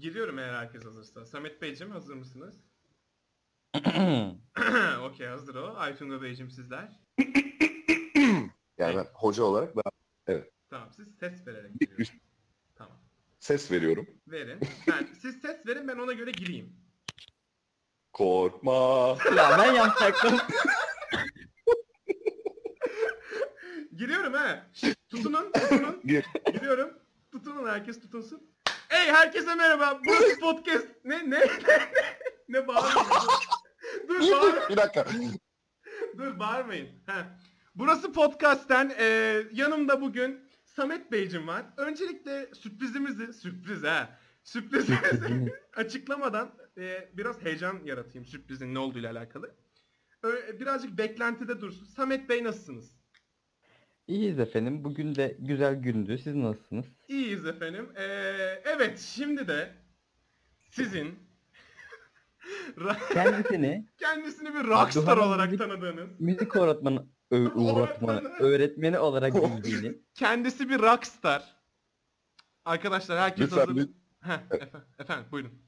Giriyorum eğer herkes hazırsa. Samet Beyciğim hazır mısınız? Okey hazır o. Aytunga Beyciğim sizler. Yani ben hoca olarak ben Tamam siz ses vererek giriyorum. Tamam. ses veriyorum. Verin. Ben, siz ses verin ben ona göre gireyim. Korkma. ya ben yapacaktım. Giriyorum ha. Tutunun tutunun. Gir. Giriyorum. Tutunun herkes tutunsun. Ey herkese merhaba. Burası podcast. Ne ne ne ne bağırıyorsun? Dur bağır. bir dakika. Dur bağırmayın. Heh. Burası podcast'ten eee, yanımda bugün Samet Beyciğim var. Öncelikle sürprizimizi, sürpriz ha, sürprizimizi açıklamadan eee, biraz heyecan yaratayım sürprizin ne olduğuyla alakalı. Ö- birazcık beklentide dursun. Samet Bey nasılsınız? İyiyiz efendim. Bugün de güzel gündü. Siz nasılsınız? İyiyiz efendim. Eee, evet şimdi de sizin ra- Kendisini kendisini bir rockstar Doğan olarak Müzik- tanıdığınız müzik öğretmeni, ö- öğretmeni, öğretmeni olarak bildiğini. Kendisi bir rockstar. Arkadaşlar herkes Lütfen hazır. bir- Heh, efe- efendim buyurun.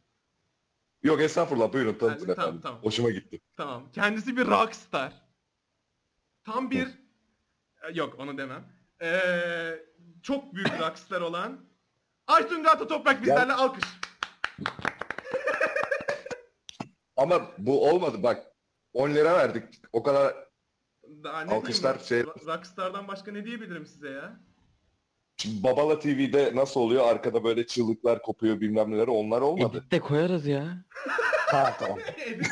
Yok estağfurullah buyurun tanıtın Ha, tamam, efendim. tamam. Hoşuma gitti. Tamam. Kendisi bir rockstar. Tam bir E, yok onu demem. Ee, çok büyük rockstar olan Aytun Gata Toprak bizlerle alkış. Ama bu olmadı bak. 10 lira verdik. O kadar Daha ne Alkışlar diyeyim, şey- ro- Rockstar'dan başka ne diyebilirim size ya? Şimdi Babala TV'de nasıl oluyor? Arkada böyle çığlıklar kopuyor bilmem neler onlar olmadı. Edit'te koyarız ya. ha tamam. edit.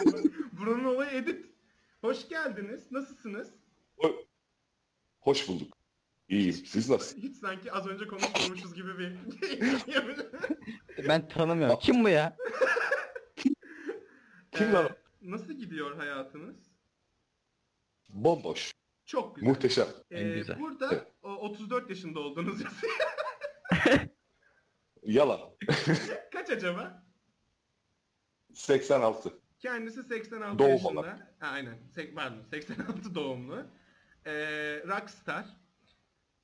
Buranın olayı edit. Hoş geldiniz. Nasılsınız? Hoş bulduk. İyiyim. Siz nasılsınız? Hiç sanki az önce konuşmamışız gibi bir... Ben tanımıyorum. Kim bu ya? Kim Ee, lan? Nasıl gidiyor hayatınız? Bomboş. Çok güzel. E, Muhteşem. En güzel. Burada o, 34 yaşında olduğunuz yazıyor. Yalan. Kaç acaba? 86. Kendisi 86 Doğum yaşında. olarak. Ha, Aynen. Sek, pardon, 86 doğumlu. Ee, rockstar.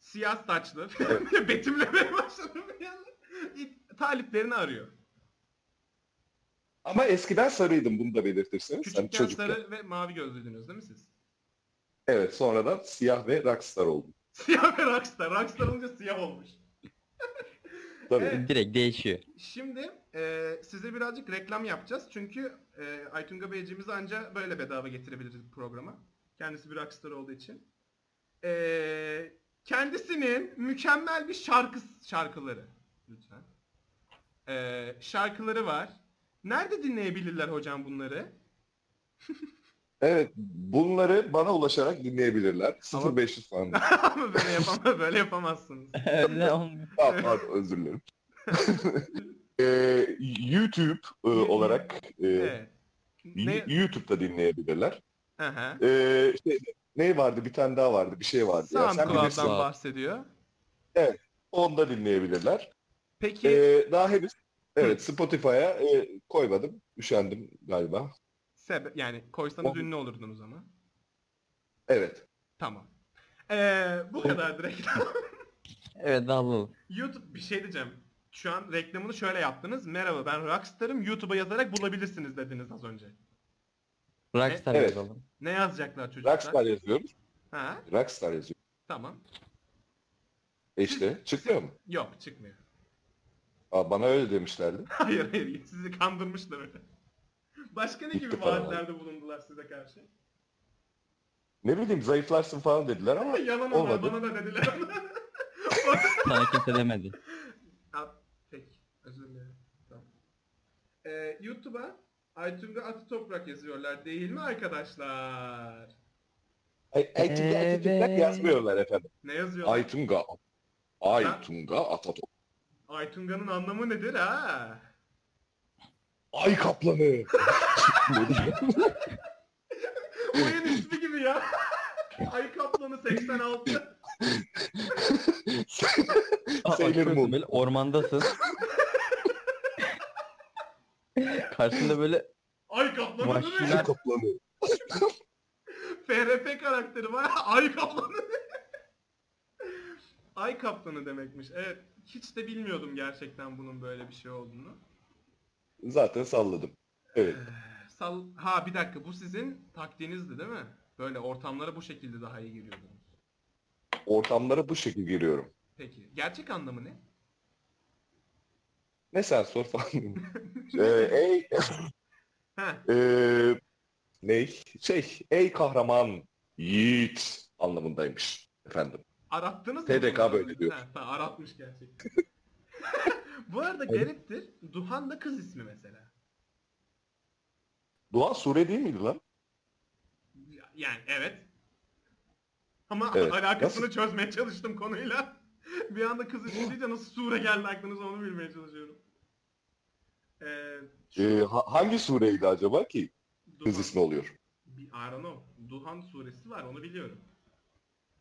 Siyah saçlı. Betimlemeye başladım bir anda. İ- Taliplerini arıyor. Ama eskiden sarıydım bunu da belirtirseniz. Hani Küçükken çocukken. sarı ve mavi gözlüydünüz değil mi siz? Evet sonradan siyah ve rockstar oldum. Siyah ve rockstar. Rockstar olunca siyah olmuş. Tabii. Evet. Direkt değişiyor. Şimdi e, size birazcık reklam yapacağız. Çünkü e, Aytunga Beyciğimizi anca böyle bedava getirebiliriz bu programa. Kendisi bir rockstar olduğu için. E, kendisinin mükemmel bir şarkı şarkıları. Lütfen. E, şarkıları var. Nerede dinleyebilirler hocam bunları? Evet, bunları bana ulaşarak dinleyebilirler. Ama- 0500 falan. Ama böyle yapamaz, böyle yapamazsınız. Öyle olmuyor. Aa, pardon, özür dilerim. Ee, YouTube e, olarak e, Evet. Ne? y- YouTube'da dinleyebilirler. Aha. Ee, şey, ne vardı? Bir tane daha vardı. Bir şey vardı. Ya. Sen bilirsin. SoundCloud'dan bilirsin. bahsediyor. Onu da dinleyebilirler. Peki Ee, daha henüz evet Spotify'a e, koymadım. Üşendim galiba. sebe- yani koysanız O- ünlü olurdunuz ama. Evet. Tamam. Ee, bu kadar direkt. Evet alalım. YouTube bir şey diyeceğim. Şu an reklamını şöyle yaptınız. Merhaba ben Rockstar'ım. YouTube'a yazarak bulabilirsiniz dediniz az önce. Rockstar Evet. yazalım. Ne yazacaklar çocuklar? Rockstar yazıyoruz. Ha, Rockstar yazıyoruz. tamam. E işte çıkmıyor mu? Yok çıkmıyor. Aa, bana öyle demişlerdi. Hayır hayır sizi kandırmışlar öyle. Başka ne gibi İlk defa vaatlerde bulundular size karşı? Ne bileyim zayıflarsın falan dediler ama Yalan ama olmadı. bana da dediler ama. Sana kimse demedi. Ha, Peki. Özür dilerim. Tamam. Ee, YouTube'a Aytunga Atı Toprak yazıyorlar değil mi arkadaşlar? Ay, Aytunga Atatürk'ten Evet. yazmıyorlar efendim. Ne yazıyorlar? Aytunga. Aytunga Atatürk. Aytunga'nın anlamı nedir ha? Ay kaplanı. Oyun ismi gibi ya. Ay Kaplanı 86. Aa, Sailor açıyorsun Moon. böyle ormandasın. Karşında böyle Ay Kaplanı değil mi? Vahşiler. Ay kaplanı. FRP karakteri var. Ay Kaplanı. Ay Kaplanı demekmiş. Evet. Hiç de bilmiyordum gerçekten bunun böyle bir şey olduğunu. Zaten salladım. Evet. Sal ha bir dakika bu sizin taktiğinizdi değil mi? Böyle ortamlara bu şekilde daha iyi giriyordunuz. Ortamlara bu şekilde giriyorum. Peki. Gerçek anlamı ne? Ne sen sor falan. ee, ey, Heh. ee, ne? Şey, ey kahraman, yiğit anlamındaymış efendim. Arattınız mı? TDK bunu? böyle diyor. Ha, tamam, aratmış gerçekten. Bu arada gariptir. Duhan da kız ismi mesela. Dua sure değil miydi lan? Yani evet. Ama Evet. alakasını çözmeye çalıştım konuyla. bir anda kız ismi deyince nasıl sure geldi aklınıza onu bilmeye çalışıyorum. Ee, şu Ee, ha- hangi sureydi acaba ki kız Duhan- ismi oluyor? Bir Arano, Duhan suresi var onu biliyorum.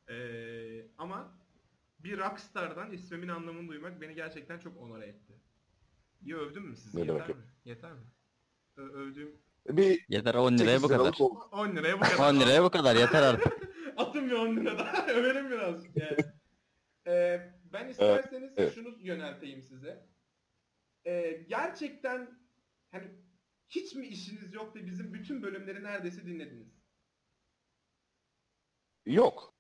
Ee, ama bir rockstar'dan ismimin anlamını duymak beni gerçekten çok onore etti. İyi övdüm mü sizi? Ne Yeter demek mi? Yeter mi? Ö- övdüğüm Bir Yeter 10 liraya bu 8 kadar. liralık oldu. 10 liraya bu kadar. 10 liraya bu kadar yeter artık. Atın bir 10 lira daha. Övelim biraz. Yani. Ee, ben isterseniz evet. şunu yönelteyim size. Ee, gerçekten hani hiç mi işiniz yok da bizim bütün bölümleri neredeyse dinlediniz? Yok.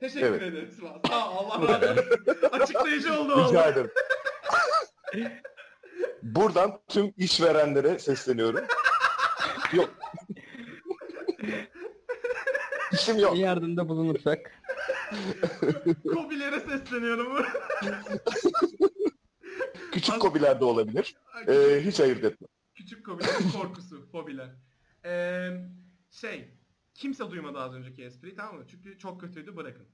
Teşekkür Evet. ederiz. Sağ ol, Allah razı olsun. Açıklayıcı oldu Rica valla. ederim. Buradan tüm işverenlere sesleniyorum. Yok. İşim yok. Bir yardımda bulunursak. Kobilere sesleniyorum. Küçük kobiler de olabilir. Ee, hiç ayırt etme. Küçük kobilerin korkusu, fobiler. Ee, şey, kimse duymadı az önceki espriyi tamam mı? Çünkü çok kötüydü bırakın.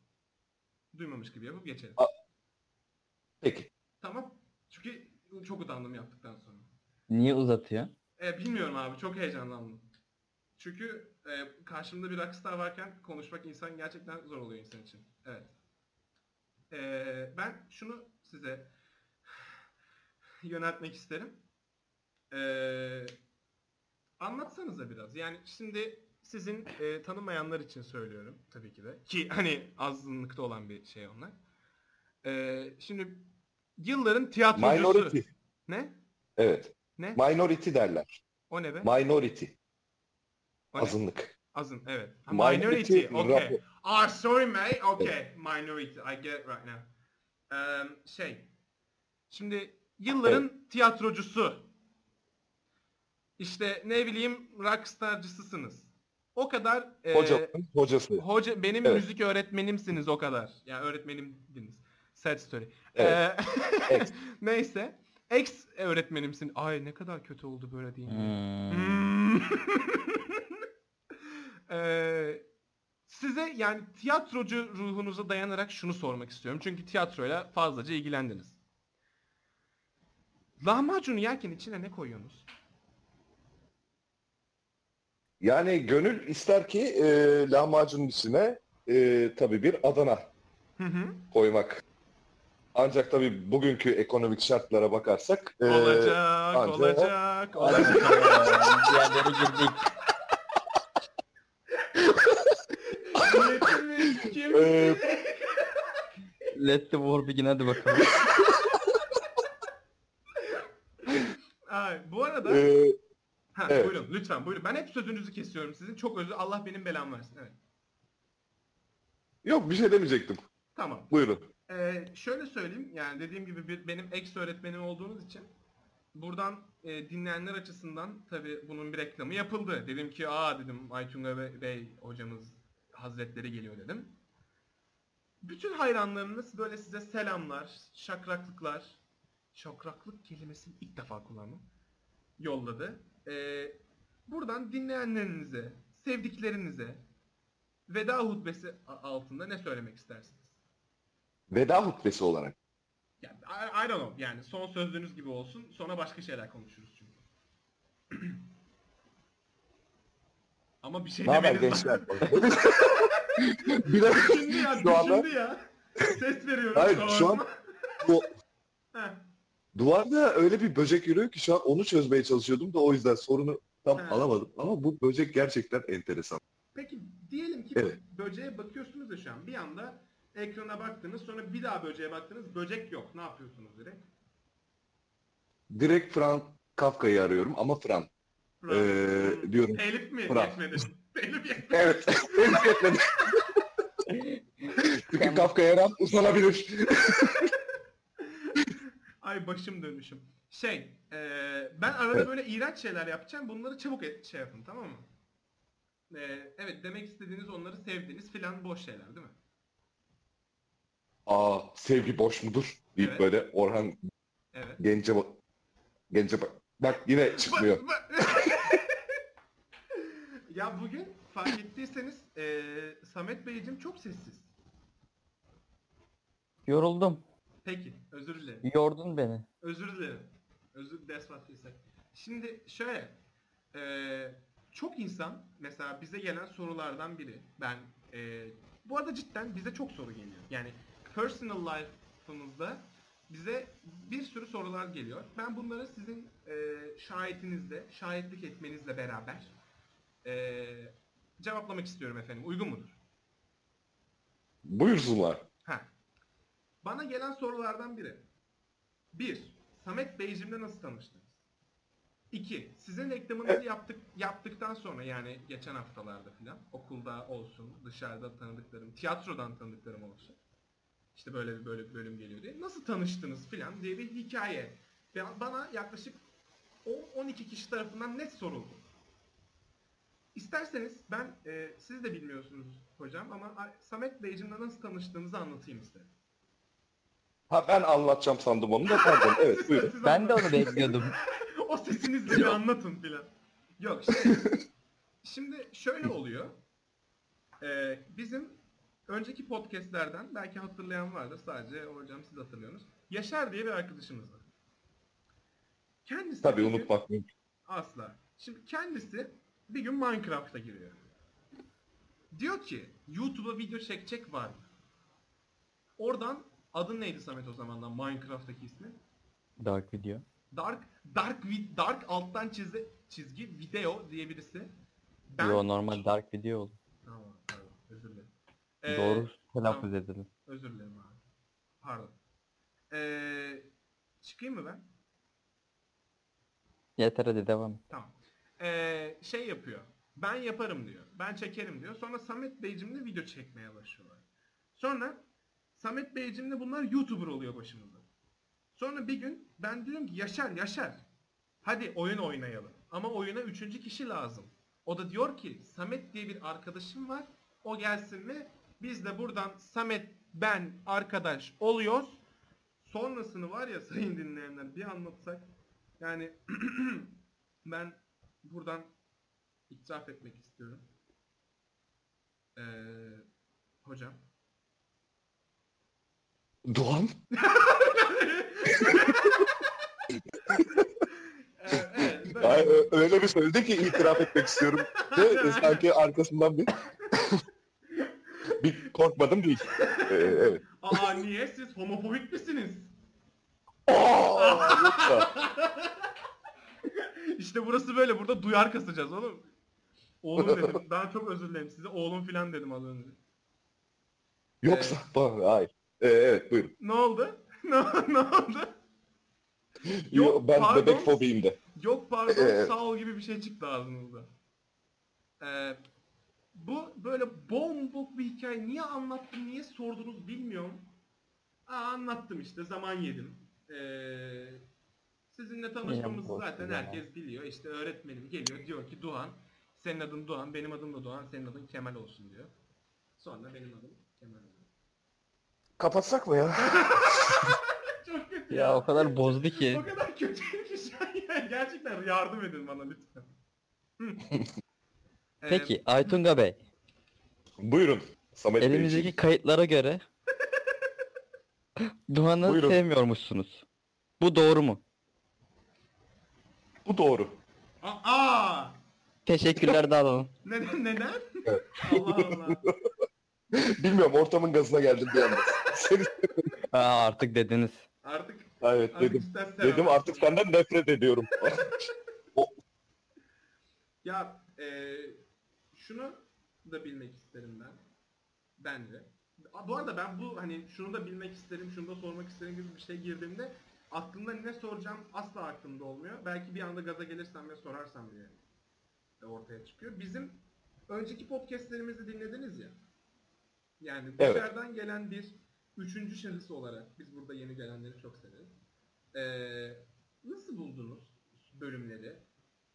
Duymamış gibi yapıp geçelim. Peki. Tamam. Çünkü çok utandım yaptıktan sonra. Niye uzatıyor? E, bilmiyorum abi çok heyecanlandım. Çünkü e, karşımda bir rockstar varken konuşmak insan gerçekten zor oluyor insan için. Evet. E, ben şunu size yöneltmek isterim. E, anlatsanıza biraz. Yani şimdi sizin e, tanımayanlar için söylüyorum tabii ki de. Ki hani azınlıkta olan bir şey onlar. E, şimdi yılların tiyatrocusu. Minority. Ne? Evet. Ne? Minority derler. O ne be? Minority. O ne? Azınlık. Azın evet. Ha, Minority Minority. Okay. rapor- Ah sorry mate. Okay. Minority. I get it right now. Um, şey. Şimdi yılların tiyatrocusu. İşte ne bileyim rockstarcısısınız. O kadar e, Hoca, hocası. hoca benim Evet. müzik öğretmenimsiniz o kadar. Yani öğretmenimdiniz. Sad story. Evet. Ee, Ex. neyse. Ex öğretmenimsin. Ay ne kadar kötü oldu böyle deyince. Hmm. Hmm. Eee, Ee, size yani tiyatrocu ruhunuza dayanarak şunu sormak istiyorum. Çünkü tiyatroyla fazlaca ilgilendiniz. Lahmacunu yerken içine ne koyuyorsunuz? Yani gönül ister ki e, lahmacunun içine e, tabii bir Adana Hı hı. koymak. Ancak tabii bugünkü ekonomik şartlara bakarsak e, olacak, anca- olacak, Hadi olacak. bakalım ya, bir yerlere girdik. Yetimi, kimisi- Eee, Let the war begin hadi bakalım. Ay, bu arada e, ha, evet. buyurun lütfen buyurun. Ben hep sözünüzü kesiyorum sizin. Çok özür Allah benim belamı versin. Evet. yok bir şey demeyecektim. Tamam. Buyurun. Ee, şöyle söyleyeyim yani dediğim gibi bir, benim ex öğretmenim olduğunuz için buradan e, dinleyenler açısından tabi bunun bir reklamı yapıldı. Dedim ki aa dedim Aytunga Bey, Bey hocamız hazretleri geliyor dedim. Bütün hayranlarınız böyle size selamlar, şakraklıklar, şakraklık kelimesini ilk defa kullandım, yolladı. Ee, buradan dinleyenlerinize, sevdiklerinize veda hutbesi a- altında ne söylemek istersiniz? Veda hutbesi olarak. Yani, I, I don't know. Yani son sözlüğünüz gibi olsun. Sonra başka şeyler konuşuruz çünkü. Ama bir şey Ne haber demeniz gençler? bir de Düşündü ya, şu anda düşündü ya. Ses veriyorum Hayır, şu an. şu an- bu, Heh, duvarda öyle bir böcek yürüyor ki şu an onu çözmeye çalışıyordum da o yüzden sorunu tam Ha. alamadım. Ama bu böcek gerçekten enteresan. Peki diyelim ki Evet. böceğe bakıyorsunuz ya şu an. Bir anda ekrana baktınız sonra Ee, bir daha böceğe baktınız. Böcek yok. Ne yapıyorsunuz direkt? Direkt Fran Kafka'yı arıyorum ama Fran. Fırat. Ee, Hmm. diyorum. Telif mi Fırat. yetmedi? Telif yetmedi. Evet. Henüz yetmedi. Çünkü Kafka'ya rant uzanabilir. Ay başım dönmüşüm. Şey, e, ben arada Evet. böyle iğrenç şeyler yapacağım. Bunları çabuk et, şey yapın tamam mı? E, evet demek istediğiniz onları sevdiğiniz filan boş şeyler değil mi? Aa sevgi boş mudur? Deyip Evet. böyle Orhan Evet. Gence bak. Gence bak. Bak yine çıkmıyor. Bak- ya bugün fark ettiyseniz e, Samet Beyciğim çok sessiz. Yoruldum. Peki, özür dilerim. Yordun beni. Özür dilerim. Özür that's what we say. Şimdi şöyle. eee, çok insan mesela bize gelen sorulardan biri. Ben eee, bu arada cidden bize çok soru geliyor. Yani personal life'ımızda bize bir sürü sorular geliyor. Ben bunları sizin eee şahitinizle, şahitlik etmenizle beraber eee, cevaplamak istiyorum efendim. Uygun mudur? Buyursunlar. Ha. Bana gelen sorulardan biri. 1. Samet Beyciğim'le nasıl tanıştınız? 2. Sizin reklamınızı yaptık yaptıktan sonra yani geçen haftalarda filan okulda olsun, dışarıda tanıdıklarım, tiyatrodan tanıdıklarım olsun. İşte böyle bir böyle bir bölüm geliyor diye. Nasıl tanıştınız filan diye bir hikaye. Ve Bana yaklaşık 10-12 kişi tarafından net soruldu. İsterseniz ben, e, siz de bilmiyorsunuz hocam ama A- Samet Beyciğimle nasıl tanıştığınızı anlatayım size. Ha ben anlatacağım sandım onu da pardon. Evet buyurun. Siz Ben de anlatın. onu bekliyordum. o sesinizle bir anlatın filan. Yok şey, şimdi şöyle oluyor. Ee, bizim önceki podcastlerden belki hatırlayan vardır sadece hocam siz hatırlıyorsunuz. Yaşar diye bir arkadaşımız var. Kendisi Tabii bir gün- unutmak mümkün. Asla. Şimdi kendisi bir gün Minecraft'a giriyor. Diyor ki YouTube'a video çekecek var mı? Oradan adın neydi Samet o zamandan Minecraft'taki ismi? Dark video. Dark Dark vi- Dark alttan çizgi çizgi video diye birisi. Ben Yo normal dark video oldu. Tamam, pardon, özür dilerim. Ee, Doğru telaffuz edelim. Özür dilerim abi. Pardon. Ee, çıkayım mı ben? Yeter hadi devam. Tamam. Ee, şey yapıyor. Ben yaparım diyor. Ben çekerim diyor. Sonra Samet Beyciğimle video çekmeye başlıyorlar. Sonra Samet Beyciğimle bunlar YouTuber oluyor başımızda. Sonra bir gün ben diyorum ki Yaşar Yaşar hadi oyun oynayalım. Ama oyuna üçüncü kişi lazım. O da diyor ki Samet diye bir arkadaşım var. O gelsin mi? Biz de buradan Samet ben arkadaş oluyoruz. Sonrasını var ya sayın dinleyenler bir anlatsak. Yani ben buradan itiraf etmek istiyorum. Ee, hocam. Doğan? Ee, evet, böyle. Ay, ö- öyle bir söyledi ki itiraf etmek istiyorum. Ve e, sanki arkasından bir... bir korkmadım değil. Ee, evet. Aa niye siz homofobik misiniz? Aa! İşte burası böyle. Burada duyar kasacağız oğlum. Oğlum dedim. Daha çok özür dilerim size. Oğlum filan dedim az önce. Yoksa falan. Hayır. Ee, evet buyurun. Ne oldu? ne, ne oldu? Yok, ben pardon. bebek fobiyim de. Yok pardon Ee, sağ ol gibi bir şey çıktı ağzınızda. Ee, bu böyle bombok bir hikaye. Niye anlattım, niye sordunuz bilmiyorum. Aa, anlattım işte, zaman yedim. Ee, sizinle tanışmamızı boş zaten bir herkes biliyor. İşte öğretmenim geliyor diyor ki Doğan, senin adın Doğan, benim adım da Doğan, senin adın Kemal olsun diyor. Sonra benim adım Kemal oluyor. Kapatsak mı ya? Çok kötü Ya o kadar bozdu ki. O kadar kötüyüm ki şu an ya. Gerçekten yardım edin bana lütfen. Hı. Ee, Peki Aytunga Bey. Buyurun. Samet Beyciğim. Elimizdeki kayıtlara göre Duhan'ı Buyurun. sevmiyormuşsunuz. Bu doğru mu? Bu doğru. Ee, a- Aa! Teşekkürler Dağlan'ın. Neden? Neden? Evet. Allah Allah. Bilmiyorum ortamın gazına geldim bir anda. Seni- Aa, artık dediniz. Artık, evet artık dedim. istersen Dedim artık senden nefret ediyorum. Ya e, şunu da bilmek isterim ben. Bence. Bu arada ben bu hani şunu da bilmek isterim, şunu da sormak isterim gibi bir şey girdiğimde aklımda ne soracağım asla aklımda olmuyor. Belki bir anda gaza gelirsem ve sorarsam diye de ortaya çıkıyor. Bizim önceki podcastlerimizi dinlediniz ya. Yani Evet. dışarıdan gelen bir üçüncü şahıs olarak biz burada yeni gelenleri çok severiz. Ee, nasıl buldunuz bölümleri?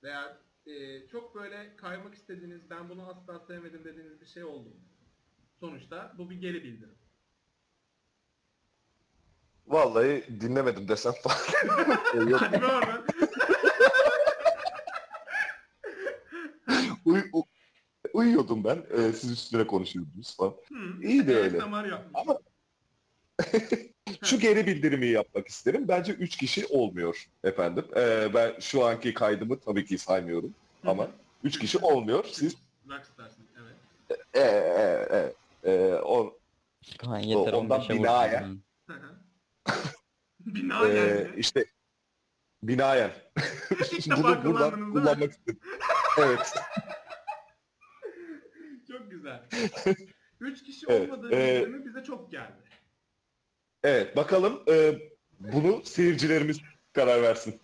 Veya e, çok böyle kaymak istediğiniz, ben bunu asla sevmedim dediğiniz bir şey oldu mu? Sonuçta bu bir geri bildirim. Vallahi dinlemedim desem falan. Yok, Hadi be oradan. uy- u- uyuyordum ben. Ee, siz üstüne konuşuyordunuz falan. Hmm. İyi de öyle. ASMR yapmış. Ama- Şu geri bildirimi yapmak isterim. Bence 3 kişi olmuyor efendim. Ee, ben şu anki kaydımı tabii ki saymıyorum. Ama 3 kişi olmuyor. Siz Rockstarsın evet. ee, ee, ee, ee, on, Kaan yeter ondan 15'e vurdun binaya. ya. Hı hı. Bina ee, geldi. işte binaen. İlk defa Bunu kullandınız buradan değil mi? kullanmak istedim. Evet. Çok güzel. Üç kişi Evet, olmadığı e- bildirimi bize çok geldi. Evet bakalım e, bunu seyircilerimiz karar versin.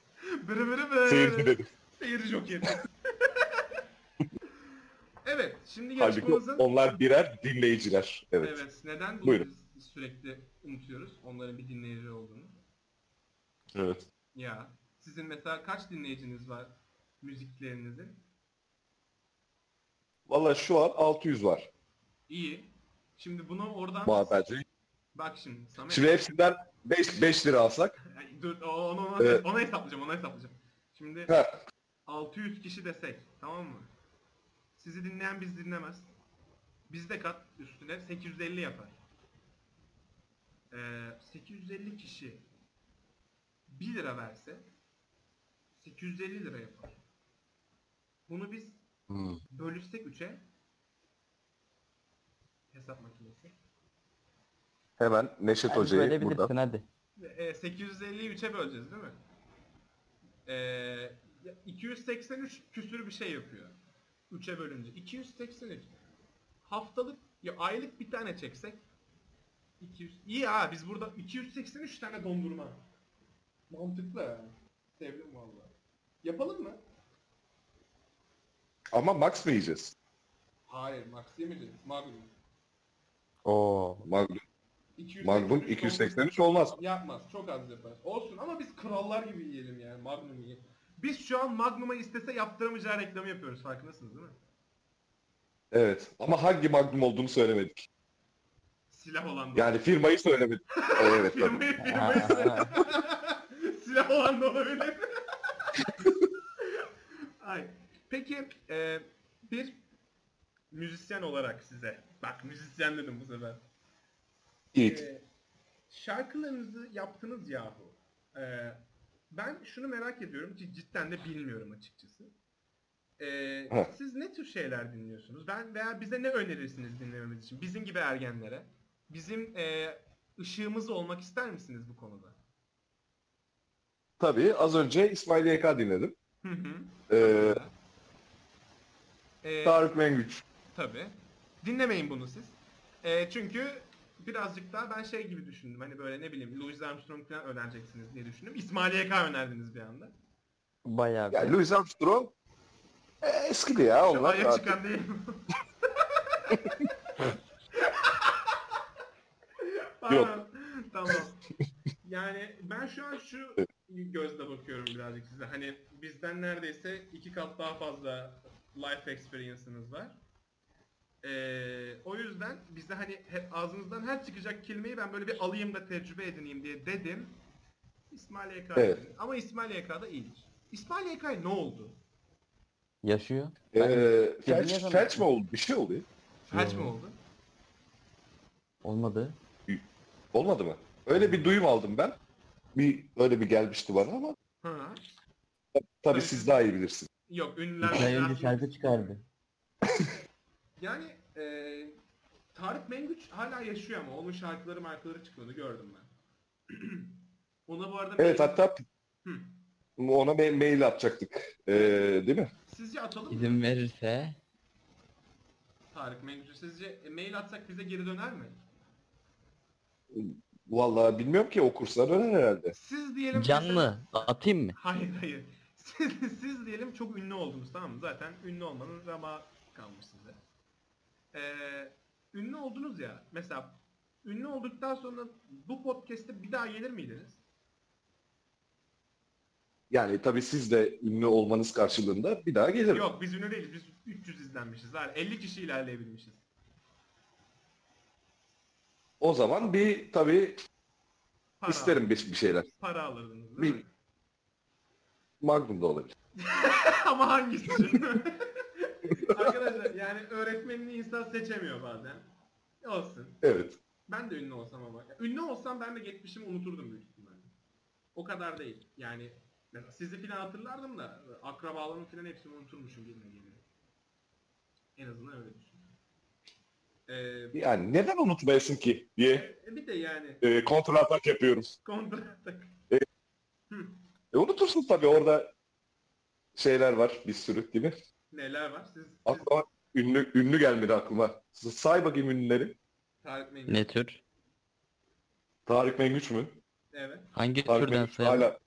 Bırı bırı bırı. Seyircilerimiz. Seyirci joker. evet şimdi Halbuki yarışmamızın... onlar birer dinleyiciler. Evet. Evet. neden bunu Buyurun. biz sürekli unutuyoruz? Onların bir dinleyici olduğunu. evet. Ya sizin mesela kaç dinleyiciniz var müziklerinizin? Valla şu an 600 var İyi. Şimdi bunu oradan... muhabbetçi. Bak şimdi Samet. Şimdi hepsinden 5, 5 lira alsak. Ay, Dur o- onu, ona, Evet. ona hesaplayacağım ona hesaplayacağım. Şimdi Ha. 600 kişi desek tamam mı? Sizi dinleyen biz dinlemez. Biz de kat üstüne 850 yapar. Ee, 850 kişi 1 lira verse 850 lira yapar. Bunu biz Hmm. bölüşsek 3'e hesap makinesi. Hemen Neşet Hadi Hoca'yı Böyle buradan. bilirsin hadi. E, 850'yi 3'e böleceğiz değil mi? E, ya 283 küsür bir şey yapıyor. 3'e bölünce. 283. Haftalık, ya aylık bir tane çeksek. 200, iyi ha biz burada 283 tane dondurma. Mantıklı ha. Sevdim valla. Yapalım mı? Ama Max mı yiyeceğiz? Hayır, Max yemeyeceğiz. Magnum. Oo. Magnum, 283 Magnum dondurma- 283 olmaz. Yapmaz. Çok az yapar. Olsun ama biz krallar gibi yiyelim yani Magnum yiyelim. Biz şu an Magnum'a istese yaptıramayacağı reklamı yapıyoruz. Farkındasınız değil mi? Evet. Ama hangi Magnum olduğunu söylemedik. Silah olan da Yani firmayı söylemedik. evet tabii. Firmayı, firmayı söyle. Silah olan da olabilir. Ay. Peki e, bir müzisyen olarak size. Bak müzisyen dedim bu sefer. Yiğit. Ee, şarkılarınızı yaptınız yahu. Ee, ben şunu merak ediyorum ki cidden de bilmiyorum açıkçası. Ee, Evet. siz ne tür şeyler dinliyorsunuz? Ben veya bize ne önerirsiniz dinlememiz için? Bizim gibi ergenlere. Bizim e, ışığımız olmak ister misiniz bu konuda? Tabii az önce İsmail YK dinledim. Hı hı. Ee, Ee, Tarık Mengüç. Tabii. Dinlemeyin bunu siz. Ee, çünkü birazcık daha ben şey gibi düşündüm. Hani böyle ne bileyim Louis Armstrong falan önereceksiniz diye düşündüm. İsmail YK önerdiniz bir anda. Bayağı bir. Ya Louis Armstrong e, eskidi ya Şu onlar. ayak artık. çıkan değil. Yok. Aa, tamam. Yani ben şu an şu gözle bakıyorum birazcık size. Hani bizden neredeyse iki kat daha fazla life experience'ınız var. Ee, o yüzden bize hani hep ağzınızdan her çıkacak kelimeyi ben böyle bir alayım da tecrübe edineyim diye dedim. İsmail YK. Evet. dedim. Ama İsmail YK da ilginç. İsmail YK ne oldu? Yaşıyor. Ee, felç, yazamıyorum. felç mi oldu? Bir şey oldu. ya. Felç mi Hmm. oldu? Olmadı. Olmadı mı? Öyle bir duyum aldım ben. Bir öyle bir gelmişti bana ama Ha. tabii Tabii. siz daha iyi bilirsiniz. Yok ünlüler... Bir ay önce biraz- şarkı çıkardı. Yani eee Tarık Mengüç hala yaşıyor ama onun şarkıları markaları çıkmadı gördüm ben. Ona bu arada Evet mail- hatta Hı. ona ma- mail atacaktık. Ee, değil mi? sizce atalım mı? İzin verirse Tarık Mengüç'ü sizce e, mail atsak bize geri döner mi? Vallahi bilmiyorum ki o kurslardan herhalde. Siz diyelim Canlı atayım mı? Hayır hayır. Siz, siz diyelim çok ünlü oldunuz tamam mı? Zaten ünlü olmanın rama kalmış size. Ee, ünlü oldunuz ya. Mesela ünlü olduktan sonra bu podcast'e bir daha gelir miydiniz? Yani tabii siz de ünlü olmanız karşılığında bir daha gelirim. Yok biz ünlü değiliz. Biz 300 izlenmişiz. Yani 50 kişi ilerleyebilmişiz. O zaman bir tabii Para, isterim bir, bir şeyler. Para alırdınız değil mi? Magnum da olabilir. Ama hangisi? Arkadaşlar yani öğretmenini insan seçemiyor bazen. Olsun. Evet. Ben de ünlü olsam ama. Ya, Ünlü olsam ben de geçmişimi unuturdum büyük ihtimalle. O kadar değil. Yani mesela sizi filan hatırlardım da akrabalarımın filan hepsini unuturmuşum birine gelene. En azından öyle düşünüyorum. Ee, Yani neden unutmayasın ki diye e, bir de yani e, kontra atak yapıyorum. kontra tak. E, unutursun tabii orada şeyler var bir sürü değil mi? neler var? Siz, siz Aklıma ünlü, ünlü gelmedi aklıma. Say bakayım ünlüleri. Tarık Mengü. Ne tür? Tarık Mengüç mü? Evet. Hangi Tarık türden Mengüç sayalım? hala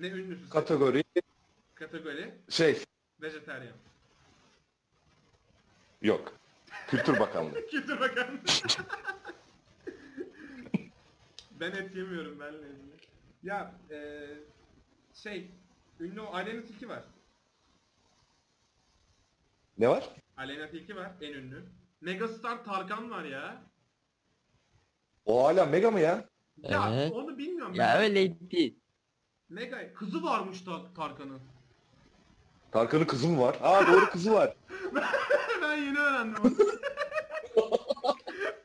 Ne ünlüsü? kategori Kategori şey vejetaryen. yok. Kültür Bakanlığı. Kültür Bakanlığı. ben et yemiyorum ben lezzetli. Ya eee şey ünlü Aleyna Tilki var. ne var? Aleyna Tilki var en ünlü. Megastar Tarkan var ya. O hala mega mı ya? Ya Ee? onu bilmiyorum. Ya ben. öyle değil. Mega kızı varmış Ta- Tarkan'ın. Tarkan'ın kızı mı var? Aa doğru kızı var. ben yeni öğrendim onu.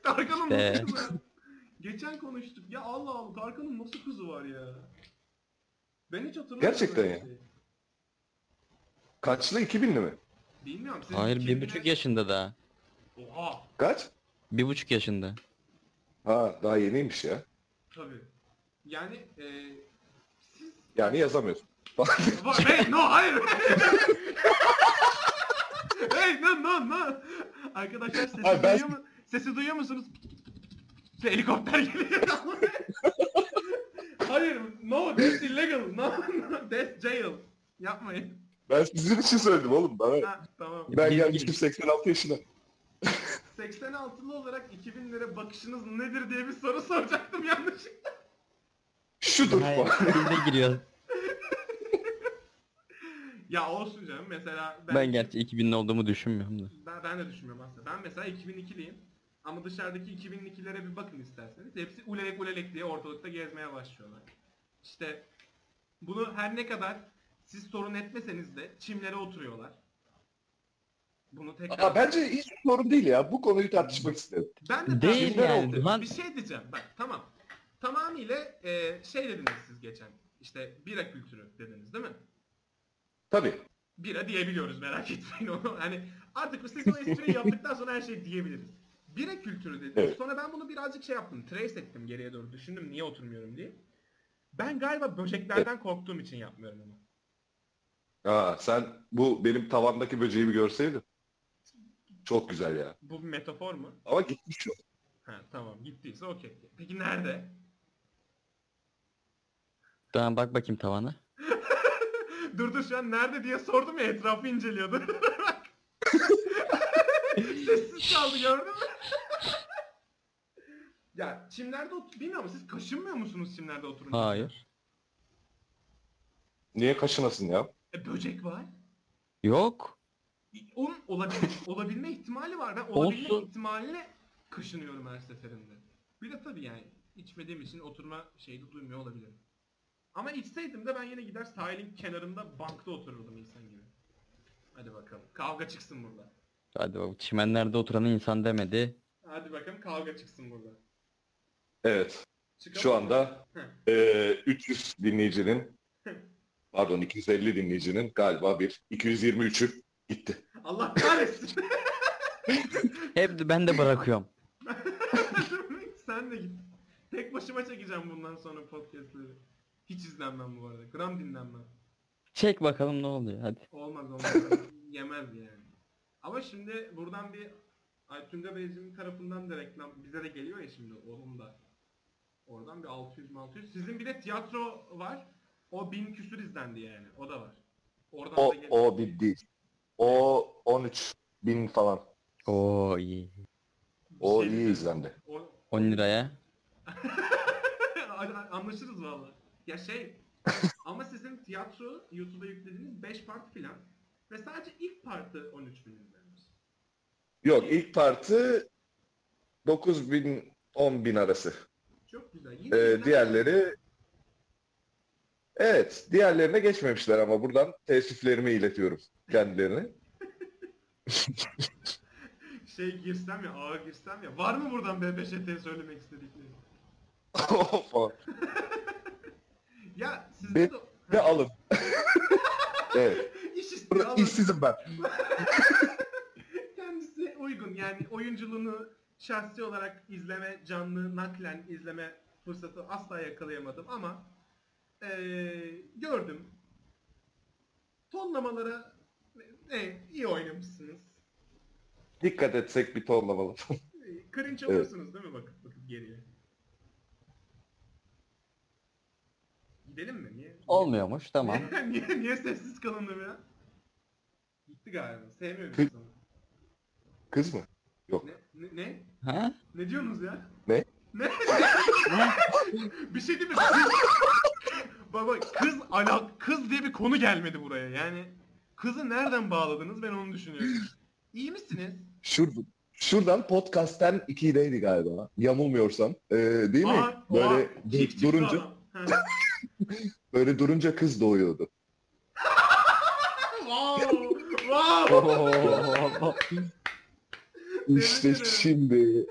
Tarkan'ın İşte. nasıl kızı? var? Geçen konuştuk. Ya Allah Allah Tarkan'ın nasıl kızı var ya? Ben hiç hatırlamıyorum. Gerçekten öyle ya. bir şey. Kaçlı 2000'li mi? Bilmiyorum. siz Hayır bir kimine- buçuk yaşında daha. Oha. Kaç? Bir buçuk yaşında. Ha daha yeniymiş ya. Tabii. Yani e, eee siz... Yani yazamıyorsun. Va- hey no hayır. hey no no no. Arkadaşlar sesi Hayır, ben- duyuyor mu? Sesi duyuyor musunuz? İşte helikopter geliyor. hayır no that's illegal. No, no that's jail. Yapmayın. Ben sizin için söyledim oğlum. Bana. Ha, tamam. Ben Biz- gelmişim 86 yaşına. 86'lı olarak 2000 lira bakışınız nedir diye bir soru soracaktım yanlışlıkla. Şudur Daha bu. bize giriyor. Ya olsun canım mesela ben, Ben gerçi 2000'li olduğumu düşünmüyorum da. Ben, ben de düşünmüyorum aslında. Ben mesela 2002'liyim. Ama dışarıdaki 2002'lere bir bakın isterseniz. Hepsi ulelek ulelek diye ortalıkta gezmeye başlıyorlar. İşte bunu her ne kadar siz sorun etmeseniz de çimlere oturuyorlar. Bunu tekrar... Aa, bence hiç sorun değil ya. Bu konuyu tartışmak istedim. Ben Değil de tartışmaya yani, oturuyorum. lan- Bir şey diyeceğim. Bak tamam. Tamamıyla e, şey dediniz siz geçen. İşte bira kültürü dediniz değil mi? Tabii. bira diyebiliyoruz merak etmeyin onu. Hani artık siz o espriyi yaptıktan sonra her şey diyebiliriz. Bira kültürü dedim. Evet. Sonra ben bunu birazcık şey yaptım. Trace ettim geriye doğru. Düşündüm niye oturmuyorum diye. Ben galiba böceklerden korktuğum için yapmıyorum onu. Aa, sen bu benim tavandaki böceği bir görseydin. Çok güzel ya. Bu bir metafor mu? Ama gitmiş o. Ha tamam gittiyse okey. Peki nerede? Tamam bak bakayım tavana. dur dur şu an nerede diye sordum ya etrafı inceliyordu. Bak. Sessiz kaldı gördün mü? ya çimlerde otur... Bilmiyorum siz kaşınmıyor musunuz çimlerde oturunca? Hayır. Niye kaşınasın ya? E, böcek var. E, Yok. Onun olabilme, olabilme ihtimali var. Ben olabilme Olsun. ihtimaline kaşınıyorum her seferinde. Bir de tabii yani içmediğim için oturma şeyi de duymuyor olabilirim. Ama içseydim de ben yine gider sahilin kenarında bankta otururdum insan gibi. Hadi bakalım. Kavga çıksın burada. Hadi bak çimenlerde oturan insan demedi. Hadi bakalım kavga çıksın burada. Evet. Çıkalım Şu mı? anda Heh. eee, 300 dinleyicinin pardon 250 dinleyicinin galiba bir 223'ü gitti. Allah kahretsin. Hep de ben de bırakıyorum. Sen de git. Tek başıma çekeceğim bundan sonra podcastleri. Hiç izlenmem bu arada. Gram dinlenmem. Çek bakalım ne oluyor hadi. Olmaz olmaz. Yemez yani. Ama şimdi buradan bir Aytunga Beyciğim tarafından da reklam bize de geliyor ya şimdi onun da Oradan bir 600 600. Sizin bir de tiyatro var. O bin küsür izlendi yani. O da var. Oradan O, da gel- o bir değil. O 13 bin falan. Oo iyi. bir O şey iyi izlendi. izlendi. O- 10 liraya. Anlaşırız valla. Ya şey ama sizin tiyatro YouTube'a yüklediğiniz 5 part filan ve sadece ilk partı 13 bin izlenmiş. Yok ilk parti 9 bin 10 bin arası. Çok güzel. Yine Ee, izlenmiş. diğerleri Evet, diğerlerine geçmemişler ama buradan teessüflerimi iletiyorum kendilerine. şey girsem ya ağa girsem ya. Var mı buradan BBŞT söylemek istedikleri? falan. Ya sizde Be- de Ve alın. evet. iş Burada istiyor. işsizim ben. Kendisi uygun yani oyunculuğunu şahsi olarak izleme, canlı naklen izleme fırsatı asla yakalayamadım ama eee, gördüm. Tonlamalara e, e, iyi oynamışsınız. Dikkat etsek bir tonlamalı. E, Cringe alıyorsunuz değil mi bakıp bakıp geriye? Gidelim mi? Niye? Olmuyormuş tamam. niye, niye sessiz kalındım ya? Gitti galiba. Sevmiyorum insanı. Kız mı? Ne, ne, ne? Ha? Ne diyorsunuz ya? Ne? Ne? bir şey değil mi? Baba kız alak kız diye bir konu gelmedi buraya. Yani kızı nereden bağladınız ben onu düşünüyorum. İyi misiniz? Şurada, şuradan podcast'ten 2'deydi galiba. Yamulmuyorsam. Ee, değil mi? Aha, böyle oha, du- cik çıktı durunca adam. Ha. böyle durunca kız doğuyordu. wow! Wow! İşte ederim. şimdi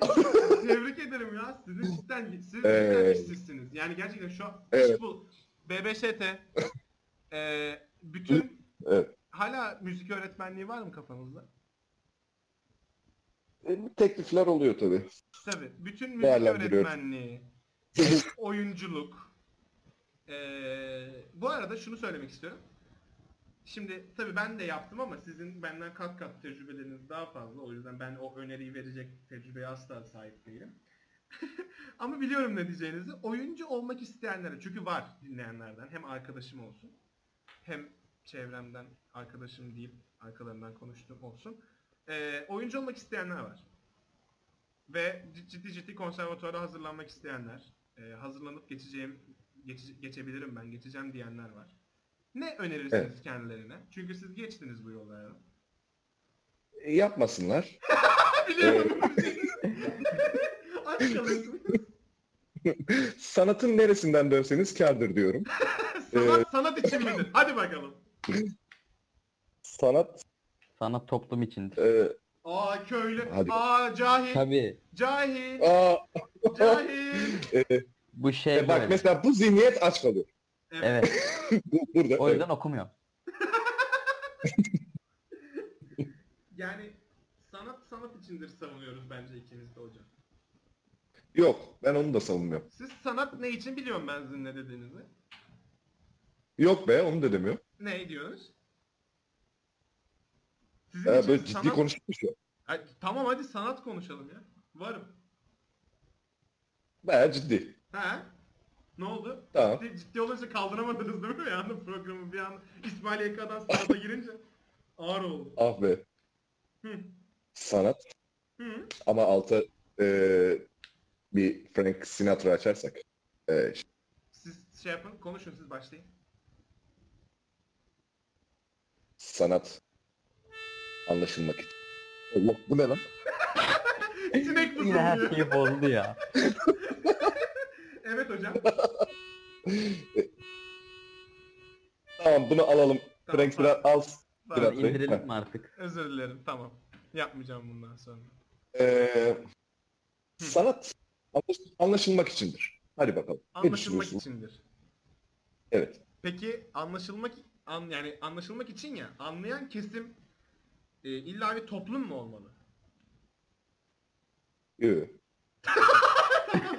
Tebrik ederim ya. Sizin cidden siz cidden Ee. işsizsiniz. Yani gerçekten şu an Evet. bu BBŞT eee e, bütün Evet. hala müzik öğretmenliği var mı kafanızda? e, teklifler oluyor tabii. Tabii. Bütün müzik Değerlendiriyorum. öğretmenliği, oyunculuk. Ee, bu arada şunu söylemek istiyorum. Şimdi tabii ben de yaptım ama sizin benden kat kat tecrübeleriniz daha fazla. O yüzden ben o öneriyi verecek tecrübeye asla sahip değilim. ama biliyorum ne diyeceğinizi. Oyuncu olmak isteyenlere çünkü var dinleyenlerden. Hem arkadaşım olsun hem çevremden arkadaşım deyip arkalarından konuştuğum olsun. Ee, oyuncu olmak isteyenler var. Ve c- ciddi ciddi konservatuara hazırlanmak isteyenler, e, hazırlanıp geçeceğim, geçe- geçebilirim ben, geçeceğim diyenler var. Ne önerirsiniz kendilerine? Çünkü siz geçtiniz bu yollara. E, yapmasınlar. Biliyorum. Aç kalırsın. Sanatın neresinden dönseniz kârdır diyorum. sanat, sanat için midir? Hadi bakalım. Sanat Sanat toplum içindir. e, Aa köylü. Hadi. Aa cahil. Tabii. Cahil. aa, Cahil. Bu şey e, bak böyle. mesela bu zihniyet aç kalıyor. Evet. Bu- Burada. O evet. yüzden okumuyor. Yani sanat sanat içindir savunuyoruz bence ikimiz de hocam. Yok ben onu da savunmuyorum. Siz sanat ne için biliyorum ben sizin ne dediğinizi. Yok be onu da demiyorum. Ne diyorsunuz? Sizin E, için böyle ciddi sanat- konuşmuş ya. Ay, tamam hadi sanat konuşalım ya. Varım. Baya ciddi. He? Ne oldu? Tamam. Ciddi, ciddi olunca kaldıramadınız değil mi? Bir anda programı bir an İsmail YK'dan sanata girince ağır oldu. Ah be. Hı. Sanat. Hı. Ama alta e, bir Frank Sinatra açarsak. E, Siz şey yapın, konuşun siz başlayın. sanat anlaşılmak için. Allah bu ne lan? Sinek Yine her fısıldıyor. şeyi bozdu ya. Evet hocam. Tamam bunu alalım. Tamam, Frank Sinatra al. pardon, biraz- pardon. İndirelim mi artık? Özür dilerim, tamam. Yapmayacağım bundan sonra. E, sanat anlaş- anlaşılmak içindir. Hadi bakalım. Ne Anlaşılmak düşünüyorsunuz? içindir. Evet. Peki anlaşılmak an, yani anlaşılmak için ya anlayan kesim e, illa bir toplum mu olmalı? Yo.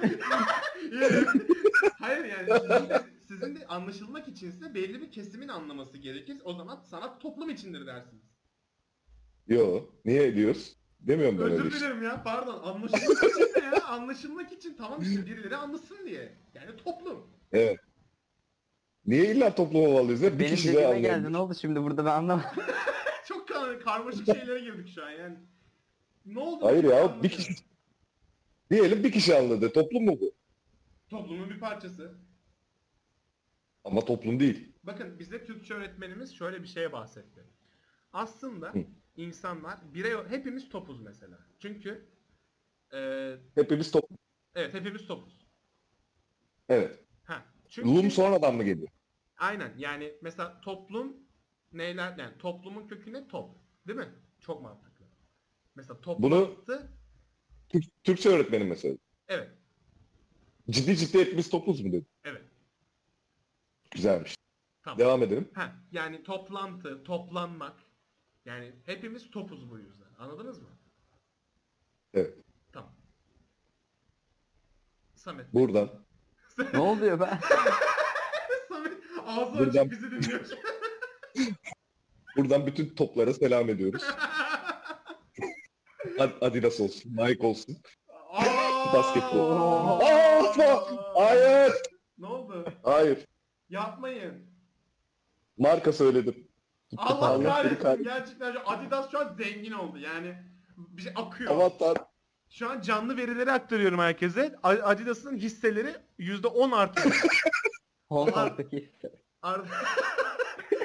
Yani- Hayır yani sizin de, sizin de anlaşılmak içinse belli bir kesimin anlaması gerekir. O zaman sanat toplum içindir dersiniz. Yo. Niye ediyoruz? Demiyorum ben öyle şey. Özür işte. dilerim ya pardon. Anlaşılmak için de ya. Anlaşılmak için tamam işte birileri anlasın diye. Yani toplum. Evet. Niye illa toplum havalıyız? Bir Benim kişi de dediğime geldi. anlamıyor. Ne oldu şimdi burada ben anlamadım. Çok kar- karmaşık şeylere girdik şu an yani. Ne oldu? Hayır ya Anlamadım. bir kişi diyelim bir kişi anladı. Toplum mu bu? Toplumun bir parçası. Ama toplum değil. Bakın bize Türkçe öğretmenimiz şöyle bir şeye bahsetti. Aslında Hı. insanlar birey hepimiz topuz mesela. Çünkü e, Hepimiz toplum. evet hepimiz topuz. Evet. Ha. Çünkü Lum sonradan mı geliyor? aynen yani mesela toplum neyler yani toplumun kökü ne top değil mi? Çok mantıklı. Mesela toplantı Türk- Türkçe öğretmenim mesela. evet Ciddi ciddi hepimiz topluz mu dedi. evet Güzelmiş. tamam. Devam edelim. Ha, yani toplantı, toplanmak. Yani hepimiz topuz bu yüzden. Anladınız mı? Evet. Tamam. Samet. Buradan. ne oluyor ben? Samet ağzı Buradan- açık bizi dinliyor. şu an. Buradan bütün toplara selam ediyoruz. Ad- Adidas olsun, Nike olsun. Aa! Basketbol. Aa, Hayır, Ne oldu? hayır. Yapmayın. Marka söyledim. Gitti Allah falan. Allah kahretsin. kahretsin. Gerçekten şu Adidas şu an zengin oldu. Yani bir şey akıyor. Avatar. Şu an canlı verileri aktarıyorum herkese. A- Adidas'ın hisseleri %10 artıyor. Oldu artık işte. Art-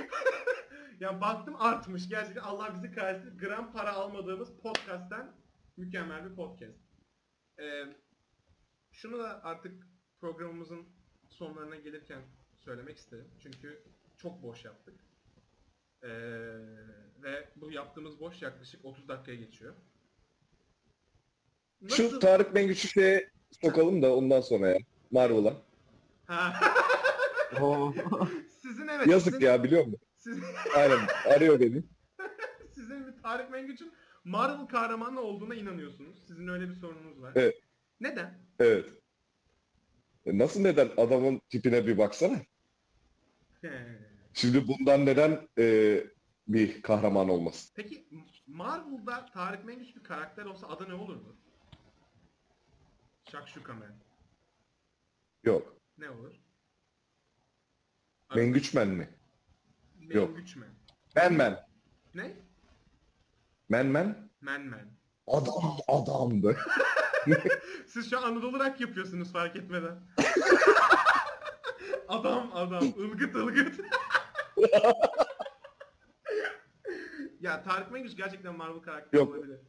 ya baktım artmış. Gerçekten Allah bizi kahretsin. Gram para almadığımız podcast'ten mükemmel bir podcast. Ee, şunu da artık programımızın sonlarına gelirken söylemek isterim. Çünkü çok boş yaptık. Ee, ve bu yaptığımız boş yaklaşık 30 dakikaya geçiyor. Şu Tarık Mengüç'ü şeye sokalım da ondan sonra ya. Marvel'a. Ha, Oo. sizin evet. Yazık sizin- ya biliyor musun? sizin- Aynen arıyor beni. Sizin bir Tarık Mengüç'ün Marvel kahramanı olduğuna inanıyorsunuz. Sizin öyle bir sorununuz var. Evet. Neden? Evet. E, Nasıl neden? Adamın tipine bir baksana. He. Şimdi bundan neden e, bir kahraman olmasın? Peki Marvel'da Tarık Mengüç bir karakter olsa adı ne olurdu? Şakşuka Man. Yok. Ne olur? Mengüçmen mi? yok. Mengüç Man. Menmen. Ne? Menmen? Man Man. Adam adamdı. Siz şu an Anadolu rock yapıyorsunuz fark etmeden. adam adam, ılgıt ılgıt. ya Tarık Mengüç gerçekten Marvel karakteri Yok. olabilir.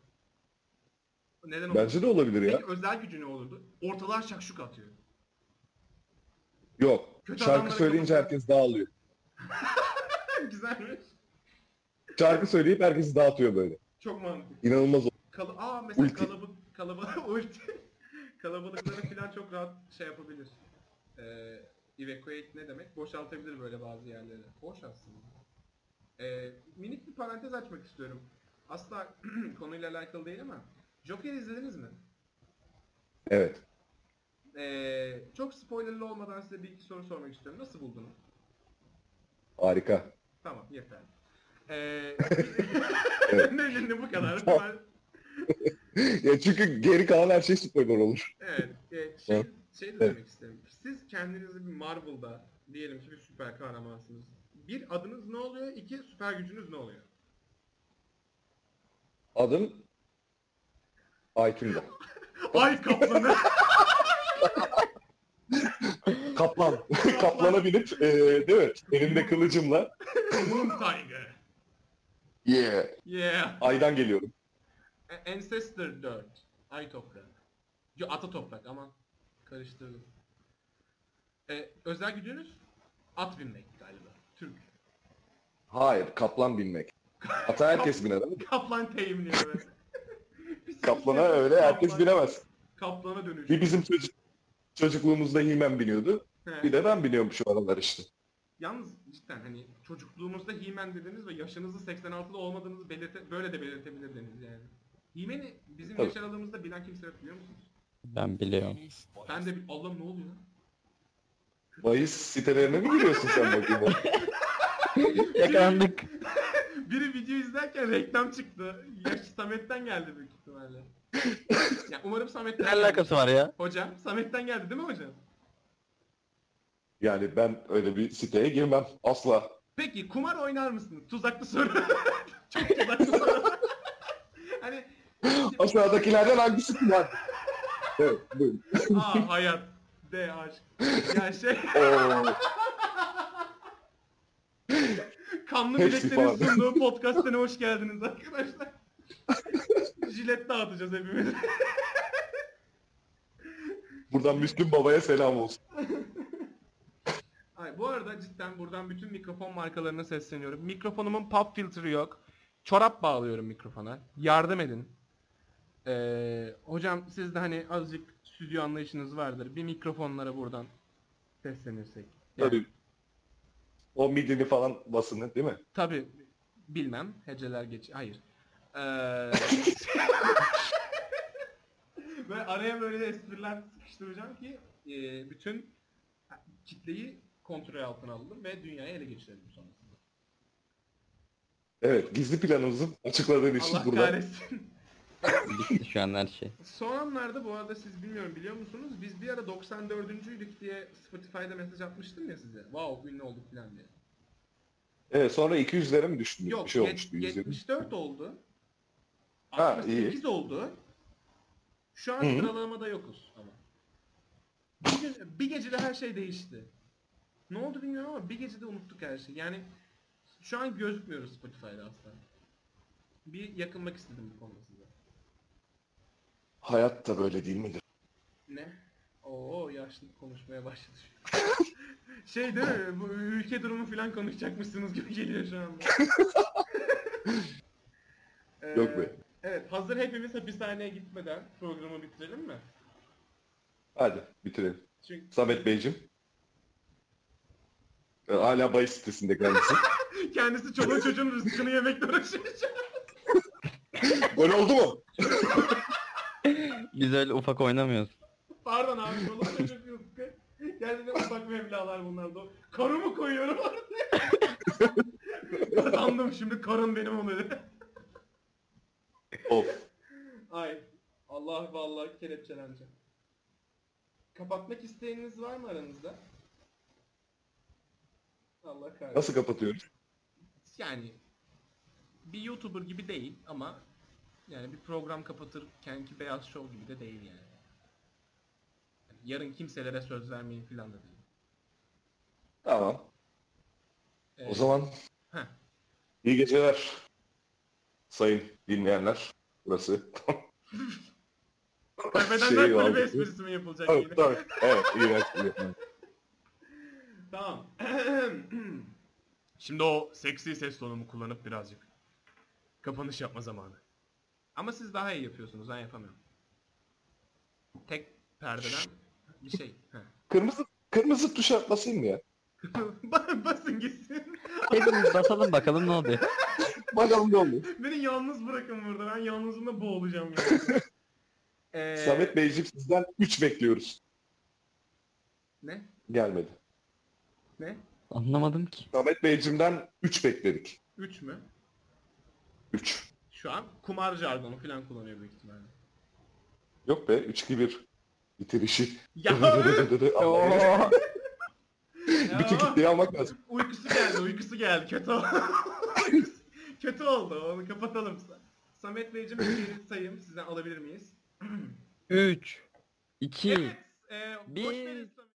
Neden olabilir? Bence de olabilir ya. Peki özel gücü ne olurdu? Ortalığa şakşuk atıyor. Yok. Kötü adamlara Şarkı söyleyince kapı- herkes dağılıyor. Güzelmiş. Şarkı söyleyip herkesi dağıtıyor böyle. Çok mantıklı. İnanılmaz oldu. Kal Aa mesela Ulti. kalabalık kalabalık ulti. Kalabalıkları falan çok rahat şey yapabilir. Ee, evacuate ne demek? Boşaltabilir böyle bazı yerleri. Hoş aslında. Ee, minik bir parantez açmak istiyorum. Asla konuyla alakalı değil ama Joker izlediniz mi? Evet. Ee, çok spoilerlı olmadan size bir iki soru sormak istiyorum. Nasıl buldunuz? Harika. Tamam yeter. Ee, ne, ne, bu kadar. Bu kadar. ya çünkü geri kalan her şey spoiler olur. Evet. E, şey, Evet. şey de Evet. demek isterim. Siz kendinizi bir Marvel'da diyelim ki bir süper kahramansınız. Bir adınız ne oluyor? İki süper gücünüz ne oluyor? Adım Aytun'da. Ay kaplanı. Kaplan. Kaplana binip e, değil mi? Elimde kılıcımla. Moon Tiger. Yeah. Yeah. Aydan geliyorum. A- Ancestor Dirt. Ay toprak. Yo ata toprak aman. Karıştırdım. E, özel gücünüz? At binmek galiba. Türk. Hayır. Kaplan binmek. Ata herkes biner ama Kaplan teyimliyor böyle. Pis- Kaplana öyle herkes Kaplan- binemez. şey Kaplana Bir dönüşüyor. bizim çocuk, çocukluğumuzda Himen biniyordu. He. Bir de ben biniyorum şu aralar işte. Yalnız cidden hani çocukluğunuzda He-Man dediniz ve yaşınızı 86'da olmadığınızı belirte, böyle de belirtebilirdiniz yani. He-Man'i bizim Tabii. yaş aralığımızda bilen kimse yok biliyor musunuz? Ben biliyorum. Ben de bir Allah'ım ne oluyor lan? Bahis sitelerine mi giriyorsun sen bakayım? Yakalandık. Biri video izlerken reklam çıktı. Yaş Samet'ten geldi büyük ihtimalle. ya umarım Samet'ten Ne alakası var ya? Hocam Samet'ten geldi değil mi hocam? Yani ben öyle bir siteye girmem asla. Peki kumar oynar mısınız? Tuzaklı soru. Çok tuzaklı soru. hani Aşağıdakilerden hangisi kullandı? evet buyurun. A hayat. D aşk. Ya şey Oo. kanlı Hepsi bileklerin falan. sunduğu podcast'ine hoş geldiniz arkadaşlar. Jilet dağıtacağız hepimiz. Buradan Müslüm Baba'ya selam olsun. Ay, bu arada cidden buradan bütün mikrofon markalarına sesleniyorum. Mikrofonumun pop filtre yok. Çorap bağlıyorum mikrofona. Yardım edin. Ee, hocam siz de hani azıcık stüdyo anlayışınız vardır. Bir mikrofonlara buradan seslenirsek. Yani, Tabii. O midini falan basını değil mi? tabii. Bilmem. Heceler geç. Hayır. Ee, böyle araya böyle espriler sıkıştıracağım ki e, bütün kitleyi kontrol altına alalım ve dünyayı ele geçirelim sonra. Evet gizli planımızı açıkladığın için Allah şey burada. kahretsin. Bitti şu an her şey. Son anlarda bu arada siz bilmiyorum biliyor musunuz? Biz bir ara 94.'üydük diye Spotify'da mesaj atmıştım ya size. Wow ünlü olduk falan diye. Evet sonra 200'lere mi düştün? Yok bir şey yet- olmuştu 100'lere. 74 oldu. Ha, 68 oldu. Şu an Hı hı. sıralamada yokuz ama. Bir, gün, bir gecede her şey değişti. Ne oldu bilmiyorum ama bir gecede unuttuk her şeyi. Yani şu an gözükmüyoruz Spotify'da aslında. Bir yakınmak istedim bu konuda size. Hayat da böyle değil midir? Ne? Oo yaşlı konuşmaya başladı. şey değil mi? Bu ülke durumu falan konuşacakmışsınız gibi geliyor şu anda. Ee, Yok be. Evet hazır hepimiz hapishaneye gitmeden programı bitirelim mi? Hadi bitirelim. Çünkü Samet Beyciğim. Ee, Hala bahis sitesinde kendisi. kendisi çoluğun çocuğun rızkını yemekle uğraşıyor. Gol oldu mu? Biz öyle ufak oynamıyoruz. Pardon abi çoluğun çocuğun rızkı. Gerçekten ufak meblalar bunlar da. Karımı koyuyorum ortaya. Kazandım şimdi karım benim oluyor. Of. Ay. Allah vallahi kelepçeleneceğim. Kapatmak isteğiniz var mı aranızda? Allah kahretsin. Nasıl kapatıyoruz? Yani bir YouTuber gibi değil ama yani bir program kapatırken ki Beyaz Show gibi de değil yani. Yani yarın kimselere söz vermeyin filan da değil. Tamam. Ee, O zaman heh. iyi geceler. Sayın dinleyenler. Burası. Kaybedenler Şey kulübü aldı. esprisi mi yapılacak Tabii yine? tabii. Evet iğrenç. Tamam. Şimdi o seksi ses tonumu kullanıp birazcık kapanış yapma zamanı. Ama siz daha iyi yapıyorsunuz. Ben yapamıyorum. Tek perdeden bir şey. Heh. Kırmızı kırmızı tuşa basayım mı ya? Ba- Basın gitsin. Hepimiz basalım bakalım ne oluyor. Bakalım ne oluyor. Beni yalnız bırakın burada. Ben yalnızlığımda boğulacağım ya. Ee, Samet Beyciğim sizden 3 bekliyoruz. Ne? Gelmedi. Ne? Anlamadım ki. Samet Beyciğimden 3 bekledik. 3 mü? 3. Şu an kumar jargonu falan kullanıyor büyük ihtimalle. Yok be 3-2-1. Bitirişi. Ya, Allah'ım. ya. Bütün kitleyi almak lazım. Uykusu geldi, uykusu geldi. Kötü oldu. Kötü oldu. Onu kapatalım. Samet Beyciğim bir geri sayım sizden alabilir miyiz? 3 2 Evet. E, hoş Bir- geldiniz Samet.